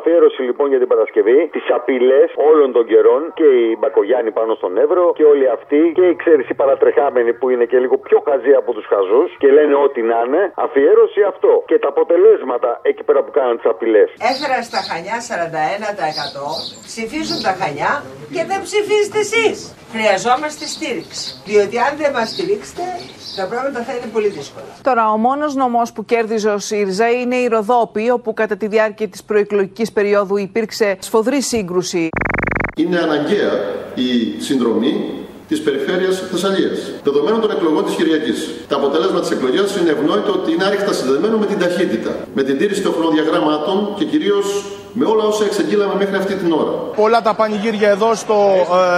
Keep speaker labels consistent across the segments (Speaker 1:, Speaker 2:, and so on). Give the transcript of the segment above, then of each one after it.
Speaker 1: αφιέρωση λοιπόν για την Παρασκευή, τις απειλές όλων των καιρών και οι Μπακογιάννη πάνω στον Εύρο και όλοι αυτοί και οι ξέρεις οι παρατρεχάμενοι που είναι και λίγο πιο χαζοί από τους χαζούς και λένε ό,τι να είναι. Αφιέρωση αυτό και τα αποτελέσματα εκεί πέρα που κάναν τις απειλές.
Speaker 2: Έφερα στα χανιά 41% ψηφίζουν τα χανιά και δεν ψηφίζετε εσείς. Χρειαζόμαστε στήριξη. Διότι αν δεν μας στηρίξετε, τα πράγματα θα είναι πολύ δύσκολα.
Speaker 3: Τώρα, ο μόνος νομός που κέρδιζε ο ΣΥΡΙΖΑ είναι η Ροδόπη, όπου κατά τη διάρκεια της προεκλογικής περίοδου υπήρξε σφοδρή σύγκρουση.
Speaker 4: Είναι αναγκαία η συνδρομή της περιφέρειας Θεσσαλίας. Δεδομένων των εκλογών της Κυριακής. Τα αποτέλεσμα της εκλογή είναι ευνόητο ότι είναι άρρηκτα συνδεδεμένο με την ταχύτητα, με την τήρηση των χρονοδιαγραμμάτων και κυρίως με όλα όσα εξεγγείλαμε μέχρι αυτή την ώρα.
Speaker 5: Όλα τα πανηγύρια εδώ στο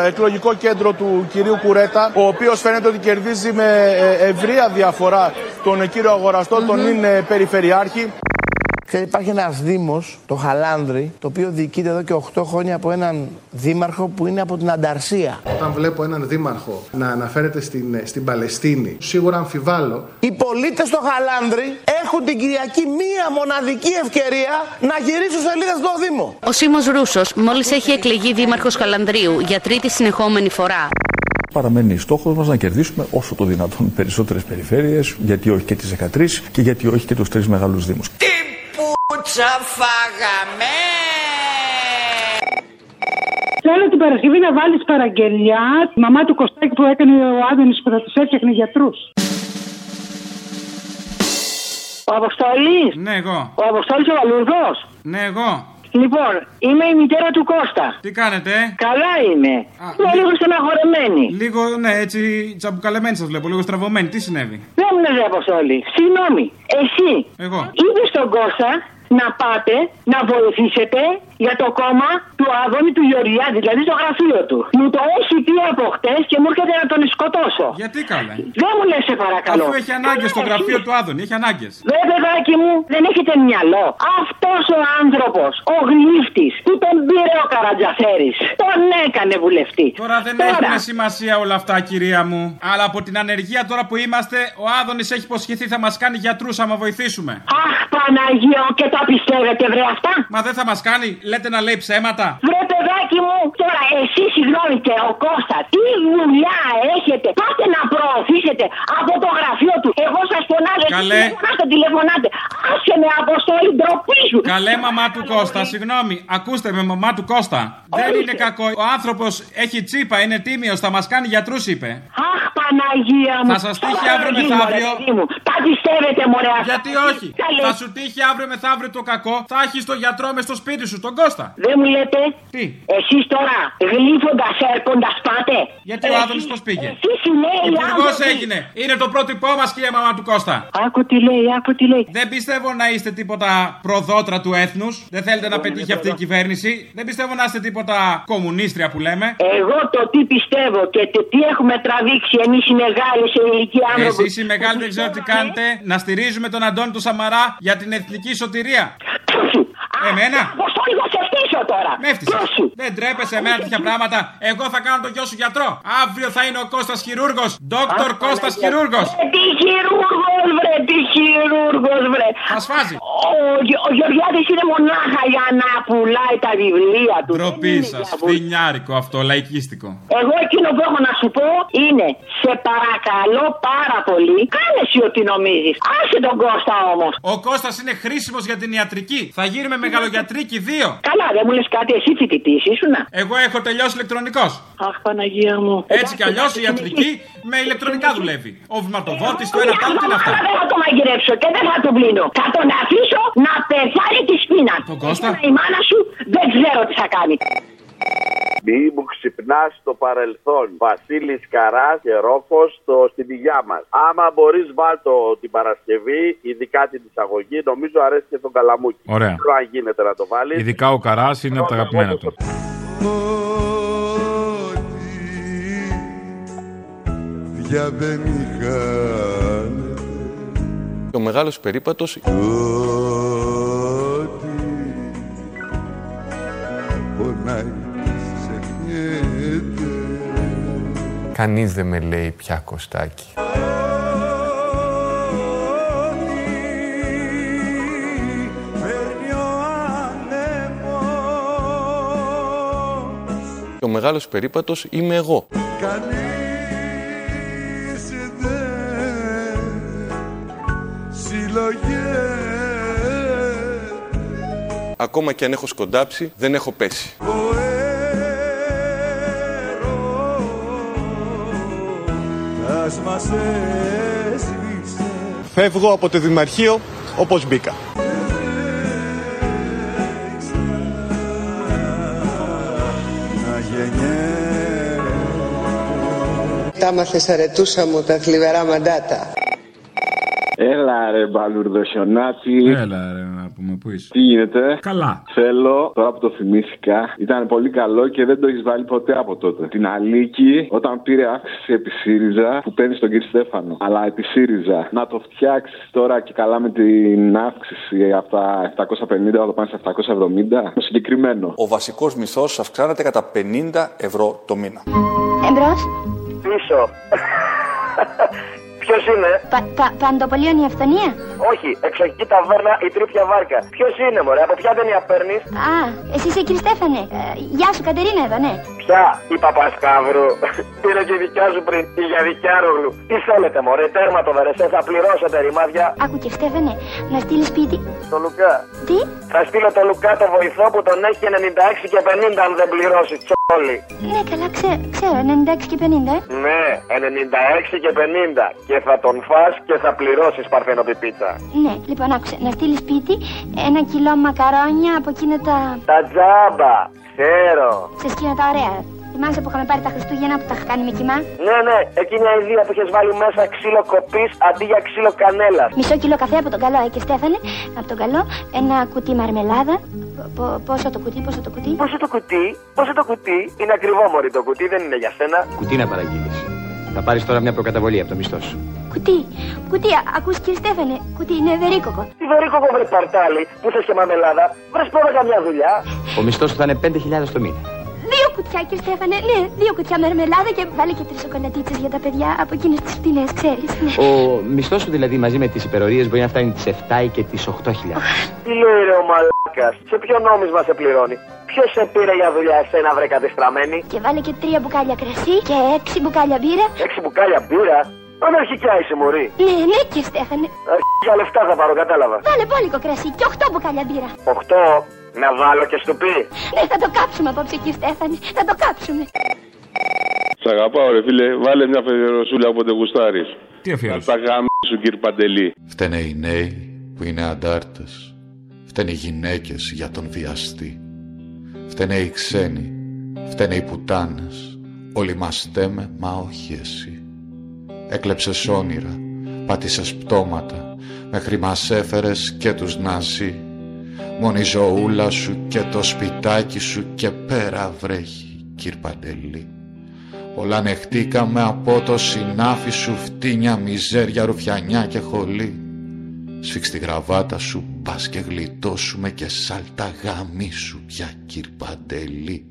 Speaker 5: ε, εκλογικό κέντρο του κυρίου Κουρέτα, ο οποίος φαίνεται ότι κερδίζει με ευρεία διαφορά τον κύριο Αγοραστό, mm-hmm. τον είναι περιφερειάρχη.
Speaker 6: Ξέρετε, υπάρχει ένας Δήμος, το Χαλάνδρη, το οποίο διοικείται εδώ και 8 χρόνια από έναν Δήμαρχο που είναι από την Ανταρσία.
Speaker 7: Όταν βλέπω έναν Δήμαρχο να αναφέρεται στην, ε, στην Παλαιστίνη, σίγουρα αμφιβάλλω.
Speaker 6: Οι πολίτες στο Χαλάνδρη έχουν την Κυριακή μία μοναδική ευκαιρία να γυρίσουν σελίδα στο Δήμο.
Speaker 8: Ο Σίμω Ρούσος μόλις έχει εκλεγεί Δήμαρχος Χαλανδρίου για τρίτη συνεχόμενη φορά.
Speaker 9: Παραμένει στόχος μας να κερδίσουμε όσο το δυνατόν περισσότερες περιφέρειες, γιατί όχι και τις 13 και γιατί όχι και τους τρεις μεγάλους Δήμους.
Speaker 10: Τσαφάγαμε! Θέλω την Παρασκευή να βάλεις παραγγελιά τη μαμά του Κωστάκη που έκανε ο Άδωνης που θα τους έφτιαχνε γιατρούς. Ο Αποστολή.
Speaker 11: Ναι, εγώ.
Speaker 10: Ο Αποστολή ο Βαλουρδό.
Speaker 11: Ναι, εγώ.
Speaker 10: Λοιπόν, είμαι η μητέρα του Κώστα.
Speaker 11: Τι κάνετε, ε?
Speaker 10: Καλά είμαι. Α, είμαι λίγο στεναχωρεμένη.
Speaker 11: Λίγο, ναι, έτσι τσαμπουκαλεμένη σας βλέπω, λίγο στραβωμένη. Τι συνέβη.
Speaker 10: Δεν μου λέει Αποστολή. Συγγνώμη, εσύ.
Speaker 11: Εγώ.
Speaker 3: Ε,
Speaker 10: Είπε στον Κώστα να πάτε να βοηθήσετε για το κόμμα του Άδωνη του Γεωργιάδη, δηλαδή στο γραφείο του. Μου το έχει πει από χτες και μου έρχεται να τον σκοτώσω.
Speaker 11: Γιατί καλά.
Speaker 10: Δεν μου λες, σε παρακαλώ.
Speaker 11: Αφού έχει ανάγκες στο γραφείο του Άδωνη, έχει ανάγκες.
Speaker 10: Δε Ε, παιδάκι μου, δεν έχετε μυαλό. Αυτός ο άνθρωπος, ο γλύφτης που τον πήρε ο Καρατζαφέρης, τον έκανε βουλευτή.
Speaker 11: Τώρα δεν τώρα... έχουν σημασία όλα αυτά, κυρία μου. Αλλά από την ανεργία τώρα που είμαστε, ο Άδωνης έχει υποσχεθεί θα μας κάνει γιατρούς άμα βοηθήσουμε.
Speaker 10: Αχ, Παναγία, και τα πιστεύετε, βρε αυτά.
Speaker 11: Μα δεν θα μας κάνει, λέτε να λέει ψέματα.
Speaker 10: Βρε παιδάκι μου, τώρα εσύ συγγνώμη και ο Κώστα, τι δουλειά έχετε. Πάτε να προωθήσετε από το γραφείο του. Εγώ σας φωνάζω,
Speaker 11: Καλέ...
Speaker 10: εσείς να τηλεφωνάτε. Άσε με αποστολή, ντροπή σου.
Speaker 11: Καλέ μαμά του Κώστα, συγγνώμη. Ακούστε με μαμά του Κώστα. Ορίστε. Δεν είναι κακό. Ο άνθρωπος έχει τσίπα, είναι τίμιος, θα μας κάνει γιατρούς, είπε.
Speaker 10: Αχ, Παναγία μου.
Speaker 11: Θα σας τύχει αύριο μεθαύριο.
Speaker 10: Τα πιστεύετε, μωρέα.
Speaker 11: Γιατί όχι. Καλέ. Θα σου τύχει αύριο μεθαύριο το κακό, θα έχεις το γιατρό μες στο σπίτι σου, τον Κώστα.
Speaker 10: Δεν μου λέτε.
Speaker 11: Τι.
Speaker 10: Εσείς τώρα γλύφοντας, έρχοντας πάτε.
Speaker 11: Γιατί ο Άδωνη πώ πήγε.
Speaker 10: Τι συνέβη.
Speaker 11: Υπουργό έγινε. Είναι το πρότυπό μας, κυρία μαμά του Κώστα.
Speaker 10: Άκου τι λέει, άκου τι λέει.
Speaker 11: Δεν πιστεύω να είστε τίποτα προδότρα του έθνους. Δεν θέλετε να πετύχει αυτή η κυβέρνηση. Δεν πιστεύω να είστε τίποτα κομμουνίστρια που λέμε.
Speaker 10: Εγώ το τι πιστεύω και το τι έχουμε τραβήξει εμείς οι μεγάλοι σε ηλικία άνθρωποι.
Speaker 11: Εσεί οι μεγάλοι δεν
Speaker 10: Ε,
Speaker 11: ξέρω τι κάνετε. Να στηρίζουμε τον Αντώνη του Σαμαρά για την εθνική σωτηρία. Ε, Εμένα.
Speaker 10: Αποστόλη, θα σε φτύσω τώρα.
Speaker 11: Με Ε, φτύσε. Δεν τρέπεσαι εμένα τέτοια πράγματα. Εγώ θα κάνω τον γιο σου γιατρό. Αύριο θα είναι ο Κώστας Χειρούργος. Δόκτωρ Κώστας Χειρούργος.
Speaker 10: Τι χειρούργος βρε, τι χειρούργος βρε.
Speaker 11: Θα σφάζει.
Speaker 10: Ο, ο Γεωργιάδης είναι μονάχα για να πουλάει τα βιβλία του.
Speaker 11: Ντροπή σα. Φθινιάρικο αυτό, λαϊκίστικο.
Speaker 10: Εγώ εκείνο που έχω να σου πω είναι σε παρακαλώ πάρα πολύ. Κάνε εσύ ό,τι νομίζεις. Άσε τον Κώστα όμως.
Speaker 11: Ο Κώστας είναι χρήσιμος για την ιατρική. Θα γίνουμε μεγαλογιατρίκοι δύο.
Speaker 10: Καλά, δεν μου λες κάτι, εσύ φοιτητής ήσουν.
Speaker 11: Εγώ έχω τελειώσει ηλεκτρονικός.
Speaker 10: Αχ, Παναγία μου.
Speaker 11: Έτσι κι αλλιώ η ιατρική με ηλεκτρονικά δουλεύει. Ο βηματοδότης το
Speaker 10: Ε,
Speaker 11: ένα πάνω την αυτά.
Speaker 10: Δεν θα το μαγειρέψω και δεν θα τον πλύνω. Θα τον αφήσω να πεθάνει τη σπίνα.
Speaker 11: Τον Κώστα.
Speaker 10: Η μάνα σου δεν ξέρω τι θα κάνει.
Speaker 12: Μη μου ξυπνά στο παρελθόν. Βασίλης Καράς και Ρόφος στην πηγιά μας. Άμα μπορείς, βάλτο την Παρασκευή, ειδικά την εισαγωγή. Νομίζω αρέσει και τον Καλαμούκι.
Speaker 13: Ωραία.
Speaker 12: Δεν ξέρω αν γίνεται να το βάλεις.
Speaker 13: Ειδικά ο Καράς είναι από τα αγαπημένα του.
Speaker 14: Ο μεγάλος περίπατος πονάει Κανείς δεν με λέει πια Κωστάκη.
Speaker 15: Παίρνει ο άνεμος
Speaker 14: Ο μεγάλος περίπατος είμαι εγώ.
Speaker 15: Κανείς δεν συλλογέ
Speaker 14: Ακόμα και αν έχω σκοντάψει, δεν έχω πέσει.
Speaker 15: Ας μας έσβησε
Speaker 16: Φεύγω από το Δημαρχείο όπως μπήκα.
Speaker 15: να γεννιέται
Speaker 2: Τα μάθε αρετούσα μου τα θλιβερά μαντάτα.
Speaker 8: Έλα ρε μπαλουρδοσιονάτη.
Speaker 11: Έλα ρε να πούμε πού είσαι.
Speaker 8: Τι γίνεται.
Speaker 11: Καλά.
Speaker 8: Θέλω, τώρα που το θυμήθηκα, ήταν πολύ καλό και δεν το έχεις βάλει ποτέ από τότε. Την Αλίκη, όταν πήρε αύξηση επί ΣΥΡΙΖΑ, που παίρνει τον κύριο Στέφανο. Αλλά επί ΣΥΡΙΖΑ. Να το φτιάξεις τώρα και καλά με την αύξηση από τα 750 θα το πάνε στα 770. Συγκεκριμένο.
Speaker 14: Ο βασικός μισθός αυξάνεται κατά 50 ευρώ το μήνα.
Speaker 10: Εμπρός.
Speaker 1: Πίσω. Ποιος είναι?
Speaker 10: Πα, πα, παντοπολίων η αυθονία.
Speaker 1: Όχι, εξοχική ταβέρνα, η τρίπια βάρκα. Ποιος είναι, μωρέ, από ποια ταινία παίρνεις?
Speaker 10: Α, εσύ είσαι κύριε Στέφανε. Ε, γεια σου, Κατερίνα εδώ, ναι.
Speaker 1: Ποια, η Παπασκάβρου. Πήρε και η δικιά σου πριν, η για δικιάρογλου. Τι θέλετε, μωρέ, τέρμα το βερεσέ, θα πληρώσετε ρημάδια.
Speaker 10: Άκου και Στέφανε, να στείλεις σπίτι.
Speaker 1: Το Λουκά.
Speaker 10: Τι,
Speaker 1: Θα στείλω το Λουκά το βοηθό που τον έχει 96 και 50 αν δεν πληρώσει, τσόλι.
Speaker 10: ναι, καλά, ξέ, ξέρω, 96 και 50, ε.
Speaker 1: Ναι, 96 και 50. Και θα τον φας και θα πληρώσεις παρθενοπιπίτσα.
Speaker 10: Ναι, λοιπόν, άκουσε, να στείλεις σπίτι ένα κιλό μακαρόνια από εκείνα τα.
Speaker 1: Τα τζάμπα, ξέρω.
Speaker 10: σε εκείνα τα ωραία. Θυμάσαι που είχαμε πάρει τα Χριστούγεννα που τα είχα κάνει με κοιμά.
Speaker 1: Ναι, ναι, εκείνη η ιδέα που είχες βάλει μέσα ξύλο κοπής αντί για ξύλο κανέλας.
Speaker 10: Μισό κιλό καφέ από τον καλό, ε, και Στέφανε, από τον καλό, ένα κουτί μαρμελάδα. Πο- πο- πόσο το κουτί, πόσο το κουτί.
Speaker 1: Πόσο το κουτί, πόσο το κουτί, είναι ακριβό μωρή το κουτί, δεν είναι για σένα.
Speaker 17: Κουτί να παραγγείλεις. Θα πάρεις τώρα μια προκαταβολή από το μισθό σου.
Speaker 10: Κουτί, κουτί, α- ακούς κύριε Στέφανε, κουτί είναι βερίκοκο.
Speaker 1: Τι βερίκοκο βρε παρτάλι, που θες και μαμελάδα, βρες πόρα καμιά δουλειά.
Speaker 17: Ο μισθός σου θα είναι 5.000 το μήνα.
Speaker 10: Δύο κουτιά, κύριε Στέφανε, ναι, δύο κουτιά μερμελάδα και βάλε και τρεις σοκολατίτσες για τα παιδιά από εκείνες τις φτηνές, ξέρεις. ναι.
Speaker 17: Ο μισθός σου δηλαδή μαζί με τις υπερορίες μπορεί να φτάνει τις 7 και τις 8.000.
Speaker 1: Τι λέει ρε ο μαλάκας, σε ποιο νόμισμα σε πληρώνει. Ποιος σε πήρε για δουλειά εσένα βρε κατεστραμμένη.
Speaker 10: Και βάλε και τρία μπουκάλια κρασί και έξι μπουκάλια μπύρα.
Speaker 1: Έξι μπουκάλια μπύρα, αναρχικιά είσαι μωρή.
Speaker 10: Ναι, ναι, κύριε Στέφανε,
Speaker 1: Αρχικά λεφτά θα πάρω, κατάλαβα.
Speaker 10: βάλε πόλικο κρασί και οχτώ μπουκάλια μπύρα.
Speaker 1: Οχτώ, να βάλω και στουπί.
Speaker 10: Ε, θα το κάψουμε απόψε, κύριε Στέφανε, θα το κάψουμε.
Speaker 18: Σ' αγαπάω ρε φίλε, βάλε μια φεδεροσούλα όποτε γουστάρεις.
Speaker 11: Τι αφιέρωση.
Speaker 18: Τα γάμι σου κύριε Παντελή.
Speaker 19: Φταίνε οι νέοι που είναι αντάρτες. Φταίνε οι γυναίκες για τον βιαστή. Φταίνε οι ξένοι. Φταίνε οι πουτάνες. Όλοι μας στέμε, μα όχι εσύ. Έκλεψες όνειρα. Πάτησες πτώματα. Μέχρι μας έφερες και τους ναζί. Μόνη η ζωούλα σου και το σπιτάκι σου και πέρα βρέχει, κύρ Παντελή. Όλα ανεχτήκαμε από το συνάφι σου φτύνια, μιζέρια, ρουφιανιά και χολή. Σφίξ τη γραβάτα σου, πας και γλιτώσουμε και σάλτα γαμί σου πια κυρ Παντελή.